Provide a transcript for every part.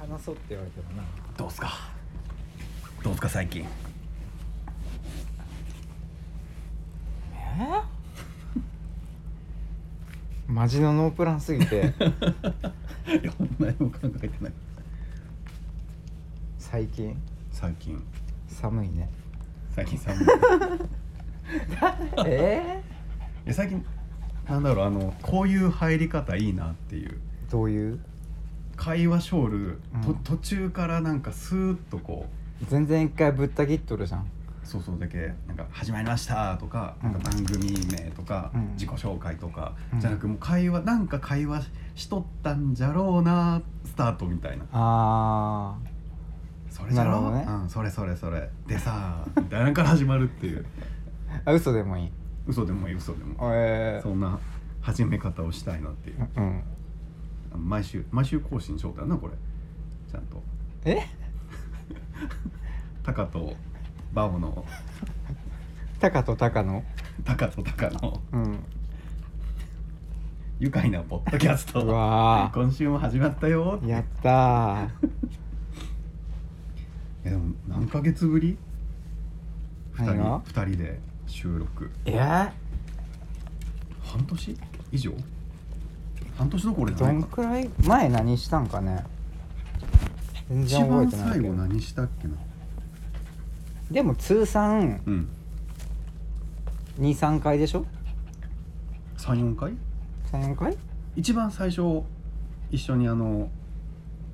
話そうって言われてもなどうすかどうすか最近マジのノープランすぎて いや何も考えてない最近最近寒いね最近 寒いええ最近なんだろうあのこういう入り方いいなっていうー、どういう会話ショール、うとん途中からなんかスーッとこ全然一回ぶった切っとるじゃんうそうそうだけなんか「始まりました」とか,、うんなんか番組名とか、うん自己紹介とか、うんじゃなくもう会話なんか会話しとったんじゃろうなスタートみたいなあそれじゃろ、なるほどねうん、それそれそれでさみたいなのから始まるっていうーあ嘘でもいい嘘でもいい嘘でもえそんな始め方をしたいなっていうー、うん毎週毎週更新しようだなこれちゃんとえタカとバオのタカとタカのタカとタカのうん愉快なポッドキャストうわー今週も始まったよやったーえでも何ヶ月ぶり二何人が二人で収録え半年以上半年どころじゃどないんかくらい前何したんかね全一然覚え番てない最後けど何したっけなでも通算うん23回でしょ34回34回一番最初一緒にあの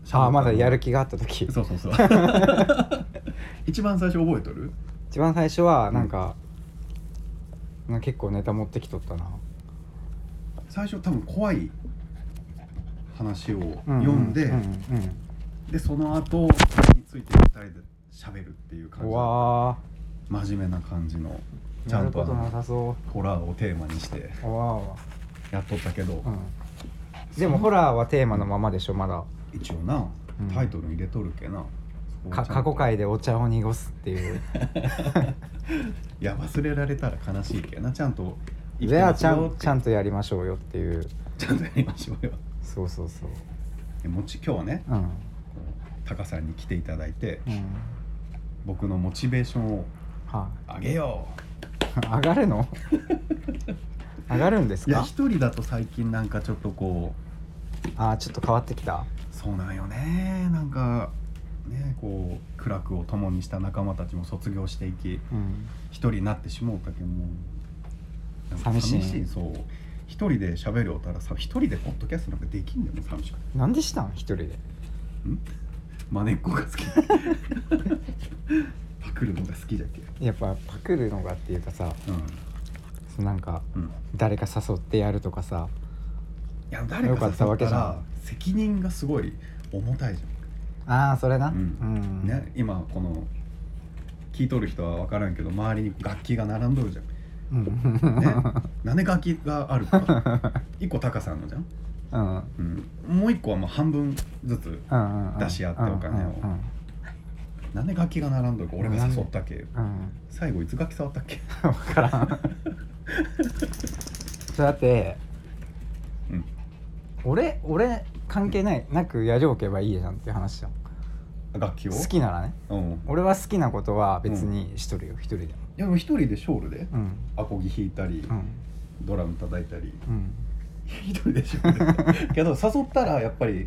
シャあボあンまだやる気があった時そうそうそう 一番最初覚えとる一番最初はなんか、なんか結構ネタ持ってきとったな最初多分怖い話を読んで、ううんうんでその後それについて二人で喋るっていうう感んじうわ真面目な感じのーちゃやんるとこあとなのさそホラーをテーマにしてううわーわやっとったけど、ーうんでもホラーはテーマのままでしょまだ一応なうんタイトルに入れとるけな、そこはかちゃん過と去回でお茶を濁すっ ていういや忘れられたら悲しいけなちゃんと生きじてゃまあすちゃよっんてちゃんとやりましょうよっていうちゃんとやりましょうよそうそうそうでもち今日はねうんこうタカさんに来ていただいてうん僕のモチベーションをは上げよい 上が るの上がるんですういやか一人だと最近なんかちょっとこうあーちょっと変わってきたそうなんよねなんかねこう苦楽を共にした仲間たちも卒業していきうん一人になってしまうかけどもなんか寂しいそう一人で喋るおたらさ一人でポッドキャストなんかできんだよね寂しくてなんでしたん一人でまねっこが 好きパクるのが好きじゃっけやっぱパクるのがっていうかさうそのなんかんうん誰か誘ってやるとかさいや誰よかかった誘わっけたじゃんら責任がすごい重たいじああそれなゃん、うんね、今この聞いとる人は分からんけど周りに楽器が並んどるじゃんうんね、なんで楽器があるか一個タカさんのじゃん、 うんうんうん、もう一個はもう半分ずつうんうん出し合ってお金をうんうんなんで楽器が並んどるか俺が誘ったっけうんうん最後いつ楽器触ったっけ分からん そうだってうん俺俺関係ないなくやりおけばいいじゃんっていう話じゃん楽器を好きならねうん、い俺は好きなことは別にしとるよ一人でもやでも一人でショールでうんアコギ弾いたり、うんドラム叩いたりうん一人でショールでけど誘ったらやっぱり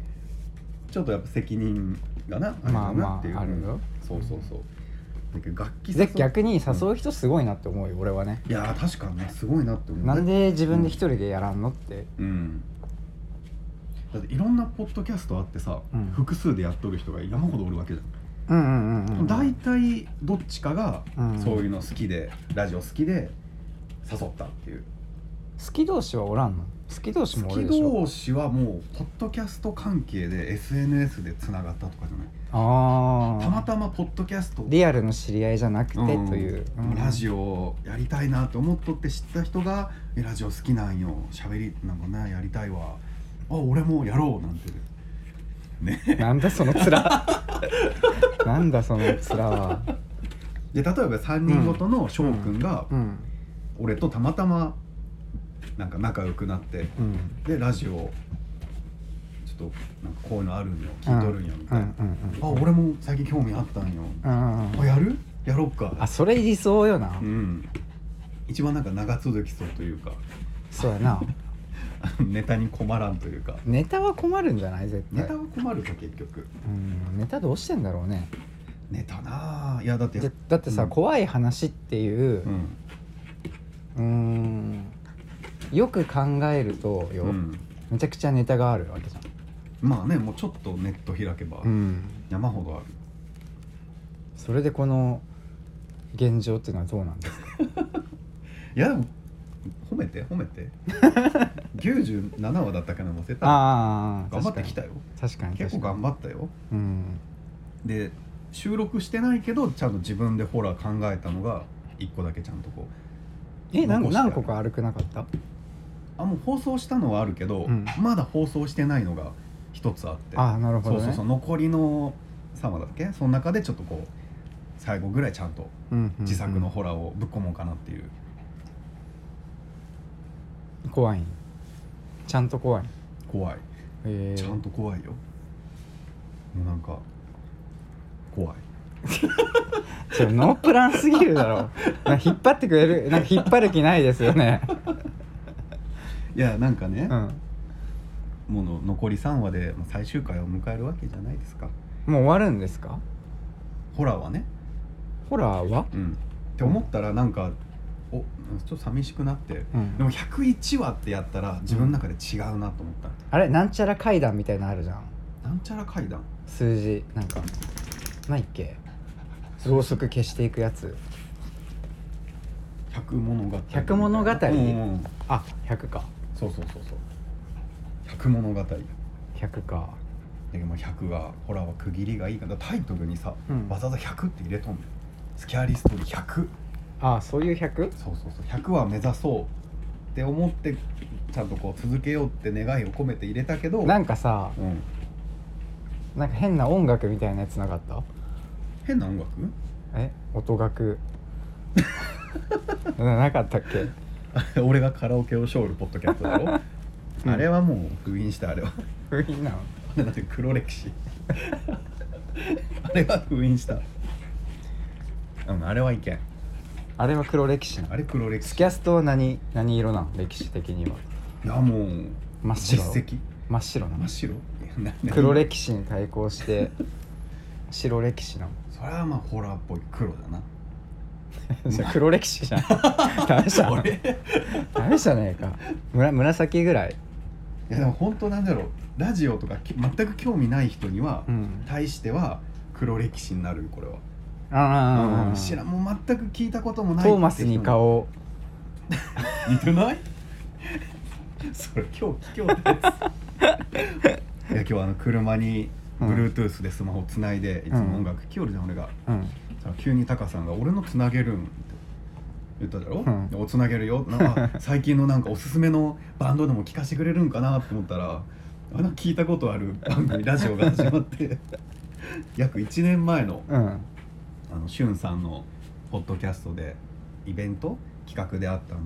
ちょっとやっぱ責任がなあれまあだなまっていう、ああるよそうそうそうだけど楽器で逆に誘う人すごいなって思うよ俺はねいやー確かにねすごいなって思うなんで自分で一人でやらんのってうんだっていろんなポッドキャストあってさ、うん複数でやっとる人が山ほどおるわけじゃうんうんうんうんん、大体どっちかがうんそういうの好きで、ラジオ好きで誘ったっていう好き同士はおらんの好き同士好もおきるでしょ同士はもうポッドキャスト関係で SNS でつながったとかじゃないああたまたまポッドキャストで、リアルの知り合いじゃなくてとうんいう、うんラジオやりたいなと思っとって知った人が「えラジオ好きなんよ喋りなんかねやりたいわあ俺もやろう」なんてね なんだその面なんだその面はで例えば3人ごとの翔くんがうん俺とたまたまなんか仲良くなってうんでラジオちょっちょっとなんかこういうのあるんよ聞いとるんよみたいな、うんうんあ俺も最近興味あったんよ、うんうんうんあやるやろっかあそれ理想よなうん一番なんか長続きそうというかそうやな ネタに困らんというかネタは困るんじゃない絶対ネタは困るか結局うんネタどうしてんだろうねネタなあいやだってだだってさ、うん怖い話っていうううんーんよく考えるとよ、うんめちゃくちゃネタがあるわけじゃん、まあねもうちょっとネット開けばうん、山ほどある、それでこの現状っていうのはどうなんですかいやでも褒めて褒めて97話だったかな忘れた ああ頑張ってきたよ確かに結確構か頑に張ったようんで収録してないけどちゃんと自分でホラー考えたのが1個だけちゃんとこうえ何残してある何個か歩くなかったあもう放送したのはあるけど、うんまだ放送してないのが1つあってああなるほど、そうね、そうそう残りの3話だっけその中でちょっとこう最後ぐらいちゃんとうんうんうん自作のホラーをぶっ込もうかなっていう、怖いんちゃんと怖いん怖いえー、ちゃんと怖いよもうなんか怖いちょノープランすぎる だろなんか引っ張ってくれるなんか引っ張る気ないですよねいやなんかねう、んもうの残り3話でまあ最終回を迎えるわけじゃないですかもう終わるんですかホラーはねホラーはうんって思ったらなんかおちょっと寂しくなってうんでも101話ってやったら自分の中で違うなと思った、あれなんちゃら階段みたいなのあるじゃんなんちゃら階段数字なんかないっけろうそく消していくやつ百物語百物語うんうんあ100かそうそうそうそう百物語だけ100かどまあ100がホラーは区切りがいいからタイトルにさ、うんわざわざ100って入れとんのよスキャーリーストーリー100あそういう 100? そうそうそう100は目指そうって思ってちゃんとこう続けようって願いを込めて入れたけどなんかさうん、なんか変な音楽みたいなやつなかった変な音楽 え音楽 ななかったっけあれ俺がカラオケをしょるポッドキャストだろうんあれはもう封印したあれは不品なのあれだって黒歴史 あれは封印したうんあれはいけんあれは黒歴史なあのれ黒歴ス史キャストは何何色なん歴史的にはいやもう真っ白実績真っ白な真っの白いやなな黒歴史に対 抗して白歴史なのそれはまあホラーっぽい黒だなそれ黒歴史じゃんダメじゃん 俺いダメじゃねえかむら紫ぐらいやでも本当なんだろうラジオとかき全く興味ない人には、うん対しては黒歴史になるよこれは、ああ、うん知らんもう全く聞いたこともないトーマスにって顔人に似てない それ今日今日です いや今日はあの車にうん Bluetooth でスマホつないで、いつも音楽聴きよるじゃん俺がうんさ急にタカさんが「俺のつなげるん」って言っただろ「うんでおつなげるよ」なんか 最近のなんかおすすめのバンドでも聴かせてくれるんかなと思ったらあの聞いたことある番組ラジオが始まって 約1年前のうんあのしゅんさんのポッドキャストでイベント企画であったあの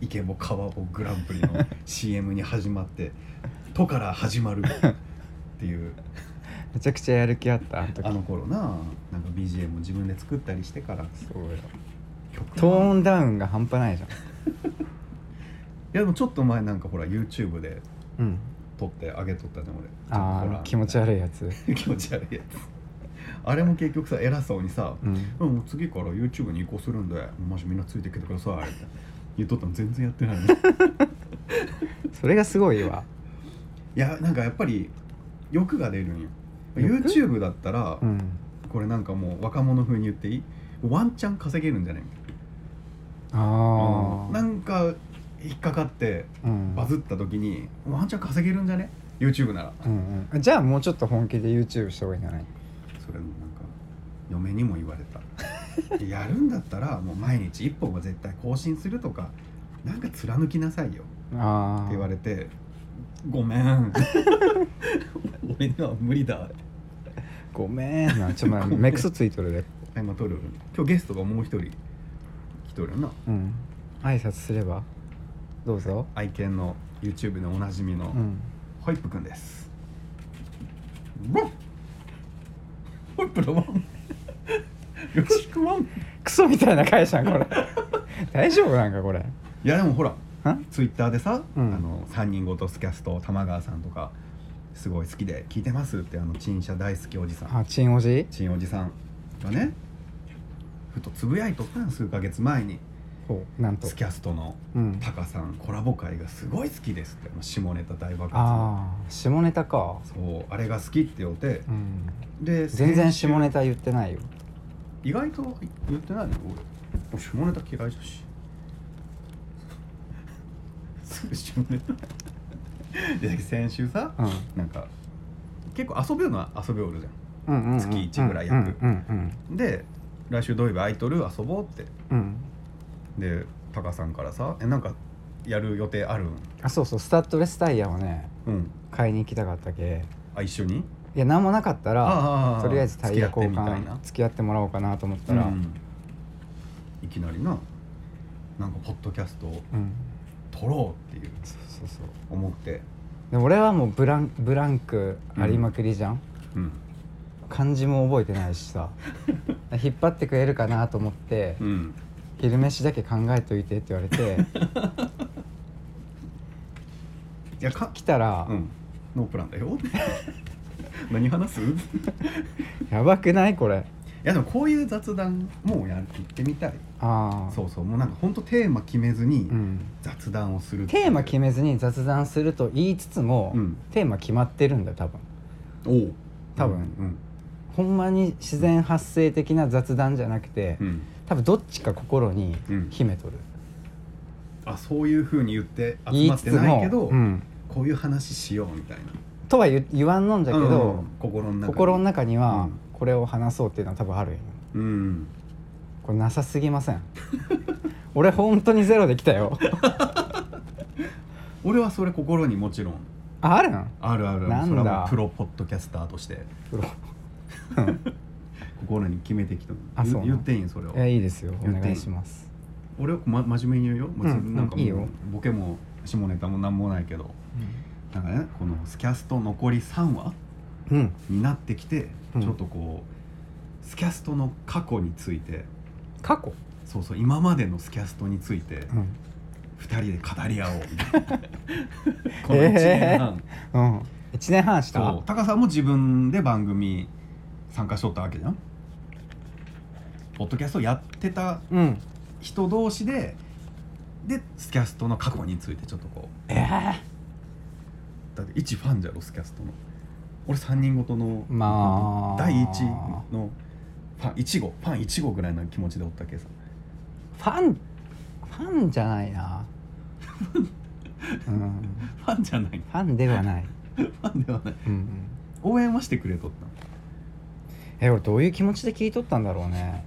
イケボカワボグランプリの CM に始ま って「と」から始まるっていうめちゃくちゃやる気あったあの時あの頃ななんか BGM も自分で作ったりしてからそうよ曲トはーンダウンが半端ないじゃんいやでもちょっと前なんかほら YouTube でうん撮ってあげとったじゃん俺ああ気持ち悪いやつい 気持ち悪いやつあれも結局さ偉そうにさうん「うんもう次から YouTube に移行するんでマジみんなついてきてください」みたいな言っとったの全然やってない のいそれがすごいわやなんかやっぱり欲が出るんよ欲 YouTube だったら、うんこれなんかもう若者風に言っていいワンチャン稼げるんじゃないああなんか引っかかってうんバズった時にワンチャン稼げるんじゃね YouTube ならうんうん、じゃあもうちょっと本気で YouTube した方がいいんじゃないそれもなんか嫁にも言われた やるんだったらもう毎日1本は絶対更新するとかなんか貫きなさいよってああ言われてごめん 俺には無理だごめんなちょっと待 って目くそついとるで今撮る今日ゲストがもう一人来とるよなうん挨拶すればどうぞ愛犬の YouTube でおなじみのうんホイップくんですワンホイップのワンよろしくワンクソみたいな会社これ 大丈夫なんかこれいやでもほらんツイッターでさ、うんあの3人ごとスキャスト玉川さんとかすごい好きで聞いてますってあの陳謝大好きおじさんあチンおじ陳おじさんがねふとつぶやいとったん数ヶ月前にほうなんとスキャストのうんタカさんコラボ会がすごい好きですってあの下ネタ大爆発のああ下ネタかそうあれが好きって言うてうんで全然下ネネタ言ってないよ意外と言ってないの俺下ネタ嫌いだし すぐ下ネタで先週さうんなんか結構遊びような遊びおるじうんうんうん月一ぐらいやるうんうんゃんで来週土曜日アイドル遊ぼうってうんうんでタカさんからさ「えなんかやる予定あるん?あそうそうスタッドレスタイヤをね」うん買いに行きたかったけあ一緒にいや何もなかったらあとりあえずタイヤ交付き合ってみたいな換付き合ってもらおうかなと思ったら、ううんんいきなりななんかポッドキャストを撮ろうっていうそうそうそう思って、で俺はもうブランブランクありまくりじゃん、うん漢字も覚えてないしさ引っ張ってくれるかなと思って、うん、昼飯だけ考えといてって言われていやか来たら、うんノープランだ よ何話すいやばくないこれやでもこういう雑談もうやってみたいああそうそうもうなんか本当テーマ決めずにうん、雑談をするっていうテーマ決めずに雑談すると言いつつも、うんテーマ決まってるんだよ多分おう多分うんほんまに自然発生的な雑談じゃなくて、うん、うん多分どっちか心にうん秘めとる、あそういうふうに言って言集いまっつてつないもけど、うん、こういう話しようみたいなとは言言わんのんじゃけど、うんうん心の中に心の中にはうんこれを話そうっていうのは多分あるよねうんこれなさすぎません 俺本当にゼロできたよ 俺はそれ心にもちろんああるのあるあるなんだそれはもうプロポッドキャスターとしてプロ心に決めてきたあそ言うなの言っていいんそれをいやいいですよお言っていい願いします俺は、ま、真面目に言うよ、もううんなんかもういいよボケも下ネタもなんもないけどなんかねこのスキャスト残り3話うんになってきて、うんちょっとこうスキャストの過去について過去、そうそう今までのスキャストについてうん2人で語り合おうみ たいなこの1年半、うん、1年半したそうタカさんも自分で番組参加しとったわけじゃんポッドキャストやってたうん人同士ででスキャストの過去についてちょっとこうええだって一ファンじゃろスキャストの俺3人ごとの、まあ第1のファン1号ファン1号ぐらいの気持ちでおったけさファンファンじゃないな、うん、ファンじゃないファンではない、ファンではないうんうん、応援はしてくれとっえ俺どういう気持ちで聞いとったんだろうね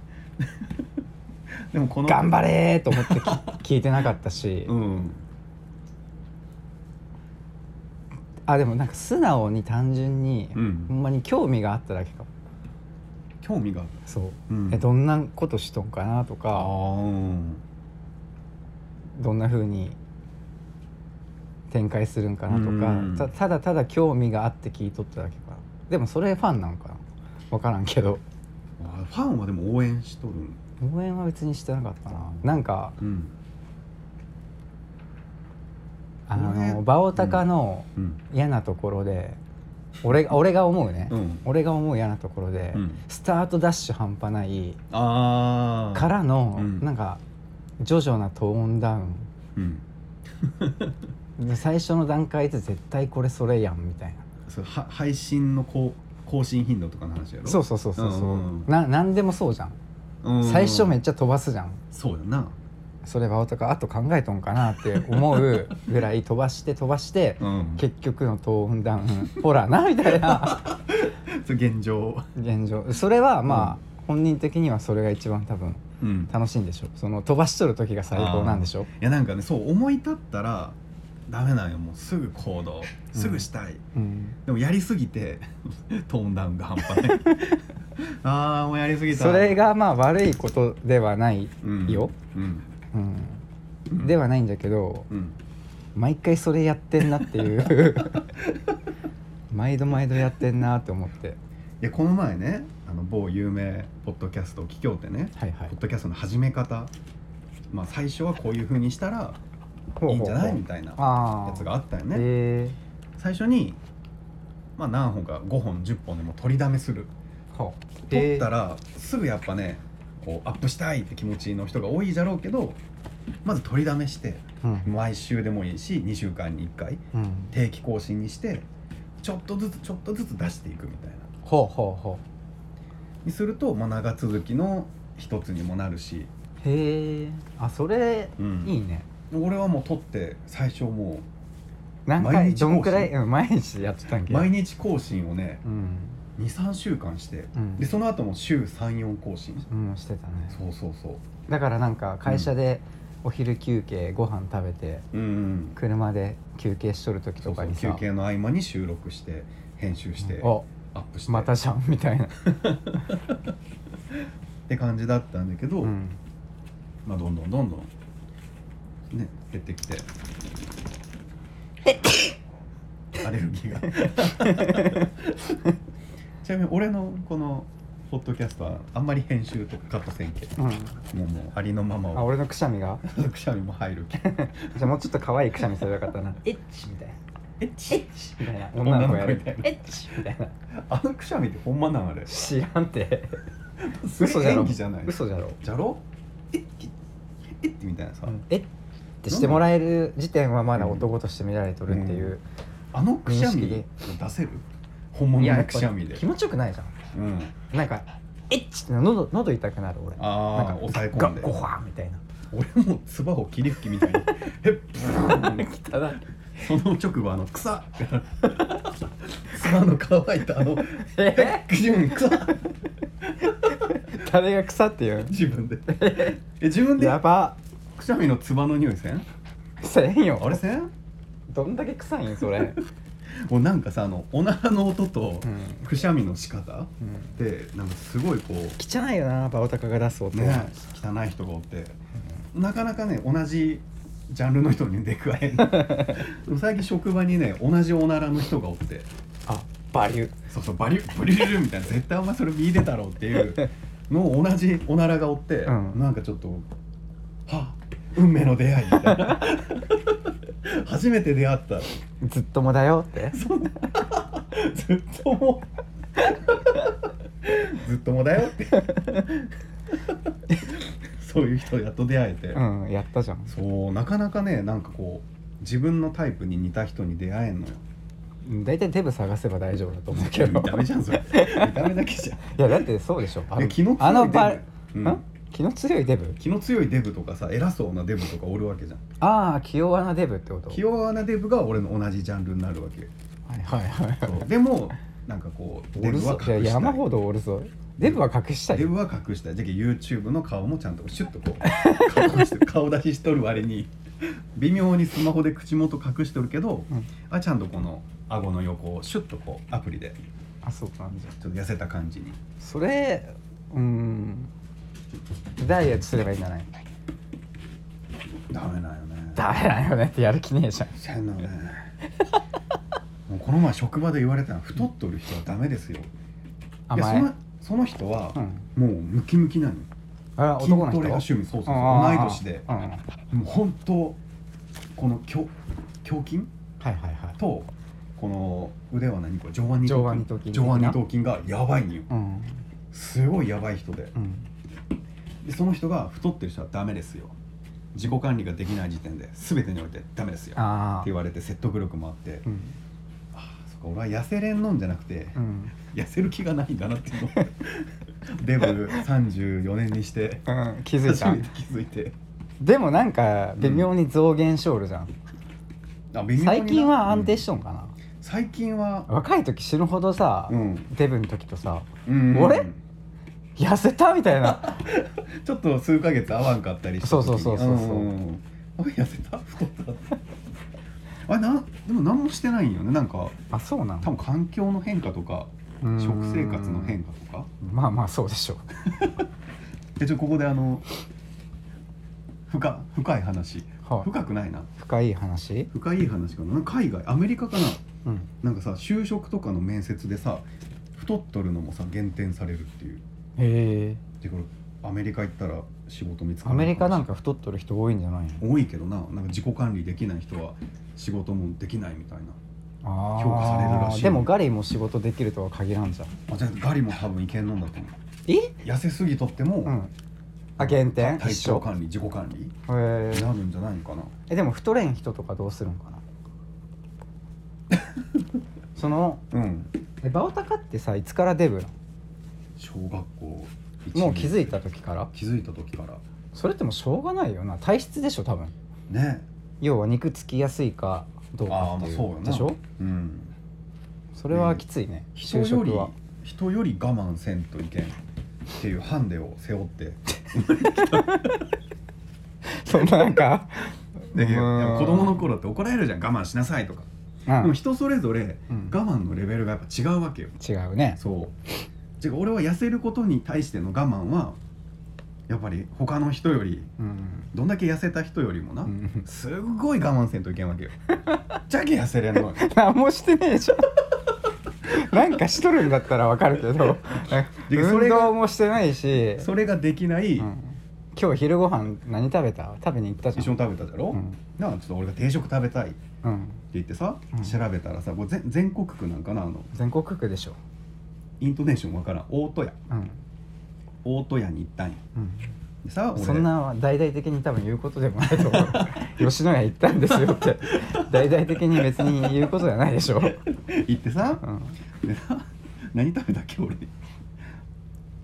たでもこの頑張れーと思ってき 聞いてなかったし、うんあでもなんか素直に単純に、うんほんまに興味があっただけかも興味があるそう、うんえどんなことしとんかなとあかーうんどんな風に展開するんかなとか、うんたただただ興味があって聞いとっただけかなでもそれファンなんかな分からんけどあファンはでも応援しとるん応援は別にしてなかったななんかうんあ応援のバオタカのうん嫌なところで、俺俺が思うね、うん俺が思う嫌なところで、うんスタートダッシュ半端ないああからの、うんなんか徐々なトーンダウンうんで最初の段階で絶対これそれやんみたいなそれは配信のこう更新頻度とかの話やろそうそうそうそうそう、うんうんな何でもそうじゃん、うん最初めっちゃ飛ばすじゃんそうやなそれバオタカあと考えとんかなって思うぐらい飛ばして飛ばして、うん結局のトーンダウンほらなみたいなそれ現状現状それはまあ、本人的にはそれが一番多分うん楽しいんでしょその飛ばしとる時が最高なんでしょいやなんかねそう思い立ったらダメなんよもうすぐ行動すぐしたい、うんでもやりすぎて トーンダウンが半端 ないああもうやりすぎたそれがまあ悪いことではないよ、うん、うんうんではないんだけどうん毎回それやってんなっていう毎度毎度やってんなって思っていやこの前ねあの某有名ポッドキャストを聞きようってね、はいはいポッドキャストの始め方、まあ、最初はこういう風にしたらいいんじゃないみたいなやああつがあったよね、え最初に、まあ、何本か5本10本でも取りだめするー、ほう取ったららすぐやっぱねこうアップしたいって気持ちの人が多いじゃろうけどまず取りだめしてうん毎週でもいいし2週間に1回うん定期更新にしてちょっとずつちょっとずつ出していくみたいなほうほうほにすると、まあ、長続きの一つにもなるし、うへえあそれうんいいね俺はもう取って最初も何毎回日どんくらい更新うん毎日やってたんうけ毎日更新をねうん23週間してうんでその後も週34更新うんしてたねそうそうそうだからなんか会社でお昼休憩ご飯食べてうんうん車で休憩しとる時そとうそかうに休さ憩の合間に収録して編集してアおップしてまたじゃんみたいなって感じだったんだけど、うんまあどんどんどんどんね減って きてアレルギーが ちなみに俺のこのポッドキャストはあんまり編集とかカットせんけうんもうもうありのままあを俺のくしゃみがくしゃみも入るけじゃあもうちょっと可愛いくしゃみすればよかったな エッチみたいなえちみたいな女の子やる女の子みエッチみたいなあのくしゃみってほんまなんあれ知らんてそ 嘘れじゃろ演技じゃない嘘じゃろじゃろえっえっみたいなさ、えってしてもらえる時点はまだ男として見られとるっていう、あのくしゃみ認出識せる本物いやのやっぱくしゃみで気持ちよくないじゃうんんなんかエッチって喉喉痛くなる俺なんああか抑え込ガんでッゴワーみたいな俺も唾を霧吹きみたいにへっブーン汚いその直後あの草ってなる草の乾いたあのえ自分草誰が草っていう自分でえ自分でやばくしゃみの唾の匂いせんせんよあれせんどんだけ臭いんそれ、もうなんかさあのおならの音とうんくしゃみの仕方うん、でなんかすごいこう汚いよなバオタカが出す音、ね汚い人がおってなかなかね同じジャンルの人に出くわえんで も最近職場にね同じおならの人がおってあバリュそうそうバリュブリュルルみたいな絶対お前それ見出たろうっていうのを同 じおならがおって、うんなんかちょっとはあ運命の出会いみたい な初めて出会ったずっともだよってずっともずっともだよってそういう人やっと出会えて、うんやったじゃんそうなかなかねなんかこう自分のタイプに似た人に出会えんのよ大体デブ探せば大丈夫だと思うけど見た目じゃんそれ見た目だけじゃんいやだってそうでしょあいのや気のあ強のいデバリブ、うんん気の強いデブ気の強いデブとかさ偉そうなデブとかおるわけじゃんああ気弱なデブってこと器用なデブが俺の同じジャンルになるわけはいはいはいそうでもなんかこうおデるブはぞ隠しいたやい山ほどおるぞデブは隠したいデブは隠したいじゃけ YouTube の顔もちゃんとシュッとこう顔して顔出ししとる割に微妙にスマホで口元隠しとるけど、うんあちゃんとこの顎の横をシュッとこうアプリであそうなんじゃちょっと痩せた感じにそれうんダイエットすればいいんじゃないダメだよねダメだよねってやる気ねえじゃんせんのねもうこの前職場で言われたの太っとる人はダメですよいや甘そえのその人は、うんもうムキムキなのあ筋ト男のレが趣人味そうそうそうあ同いー年でうんはいもう本当この胸胸筋はいはいとこの腕は何これ上腕二上腕二頭頭筋筋的な上腕二頭筋がやばいんようんすごいやばい人でうんでその人が太ってる人はダメですよ自己管理ができない時点で全てにおいてダメですよってああ言われて説得力もあってうんああそっか俺は痩せれんのんじゃなくてうん痩せる気がないんだなっていうのを デブ34年にしてうん気づい初ためて気づいてでもなんか微妙に増減しおるじゃん、あ微妙にな最近は安定しうんとんかな、最近は若い時死ぬほどさ、うんデブの時とさうんあれ痩せたみたい なちょっと数ヶ月合わんかったりした時にそうそうそうそうそうんんんあれ痩せた太ったあれなんでも何もしてないんよねなんかあそうなの多分環境の変化とか食生活の変化とかまあまあそうでしょうえちょここであの深深い話はい深くないな深い話深い話かななんか海外アメリカかなうんなんかさ就職とかの面接でさ太っとるのもさ減点されるっていうへえでこれアメリカ行ったら仕事見つかアるメリカなんか太っとる人多いんじゃないの多いけどななんか自己管理できない人は仕事もできないみたいなあー評価されるらしいでもガリも仕事できるとは限らんじゃんあじゃあガリも多分いけんのんだと思うえ痩せすぎとっても、うんあ減点体一調緒管理自己管理へーになるんじゃないのかなえでも太れん人とかどうするん かなそのうんえバオタカってさいつからデブな小学校1のもう気づいた時から気づいた時からそれってもうしょうがないよな体質でしょ多分ね要は肉つきやすいかどうかっていうあーまあそうよなでしょうんそれはきついね、人就より職は人より我慢せんといけんっていうハンデを背負ってそんなな んかでうーん子供の頃って怒られるじゃん我慢しなさいとか、うでもん人それぞれうん我慢のレベルがやっぱ違うわけよ違うねそう違う俺は痩せることに対しての我慢はやっぱり他の人よりうんどんだけ痩せた人よりもな、うんすっごい我慢せんといけん わけよじゃけ痩せれんのよ何もしてねえじゃんなんかしとるんだったらわかるけどでそれが運動もしてないしそれができない、うん今日昼ご飯何食べた食べに行ったじゃん一緒に食べたじゃろ、うんなあちょっと俺が定食食べたいってうん、言ってさ、うん調べたらさこれ全全国区なんかなあの全国区でしょイントネーションわからん大戸屋うん、大戸屋に行ったんやうん、でさ俺そんな大々的に多分言うことでもないと思う 吉野家行ったんですよって大々的に別に言うことじゃないでし ょ、行ってさう、ん、でさ何食べたっけ俺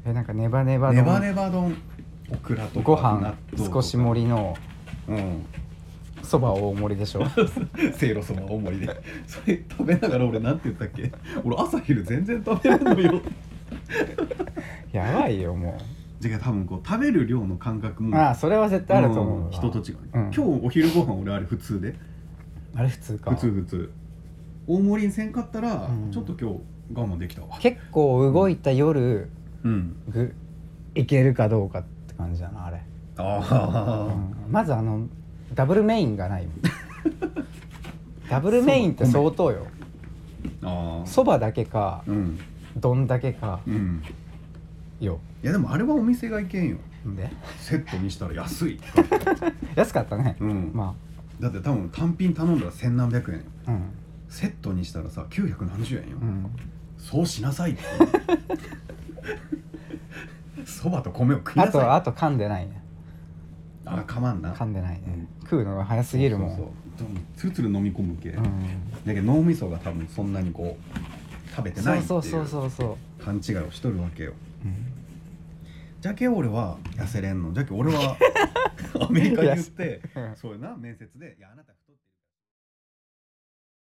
えなんかネバネバネのバネバ丼オクラとかご飯納豆とか少し盛りのうん そば大盛りでしょせいろそば大盛りで それ食べながら俺なんて言ったっけ俺朝昼全然食べれんのよやばいよも じゃあ多分こう食べる量の感覚う、もああそれは絶対あると思うわ、ん人と違う、うん今日お昼ご飯俺あれ普通であれ普通か普通普通大盛りにせんかったら、うんちょっと今日我慢できたわ結構動いた夜うんぐいけるかどうかって感じだなあれ、あうあ、んまずあのダブルメインがな いもんダブルメインって相当よああそばだけかうん丼だけかうんよいやでもあれはお店がいけんよでセットにしたら安い、安かったね、うんまだって多分単品頼んだら千何百円よあうんセットにしたらさ970円よ、うんそうしなさいって そばと米を食いあなさいとあと噛んでないねあかまんな噛んでないね、う食うのが早すぎるもんそうそうそうでもつるつる飲み込むけ、うだんけど脳みそが多分そんなにこう食べてそないうってそいうそうそうそう、勘違いをしとるわけようんじゃけ俺 は痩せれんのじゃけ俺はアメリカに言って痩せそういうな面接で「いやあなた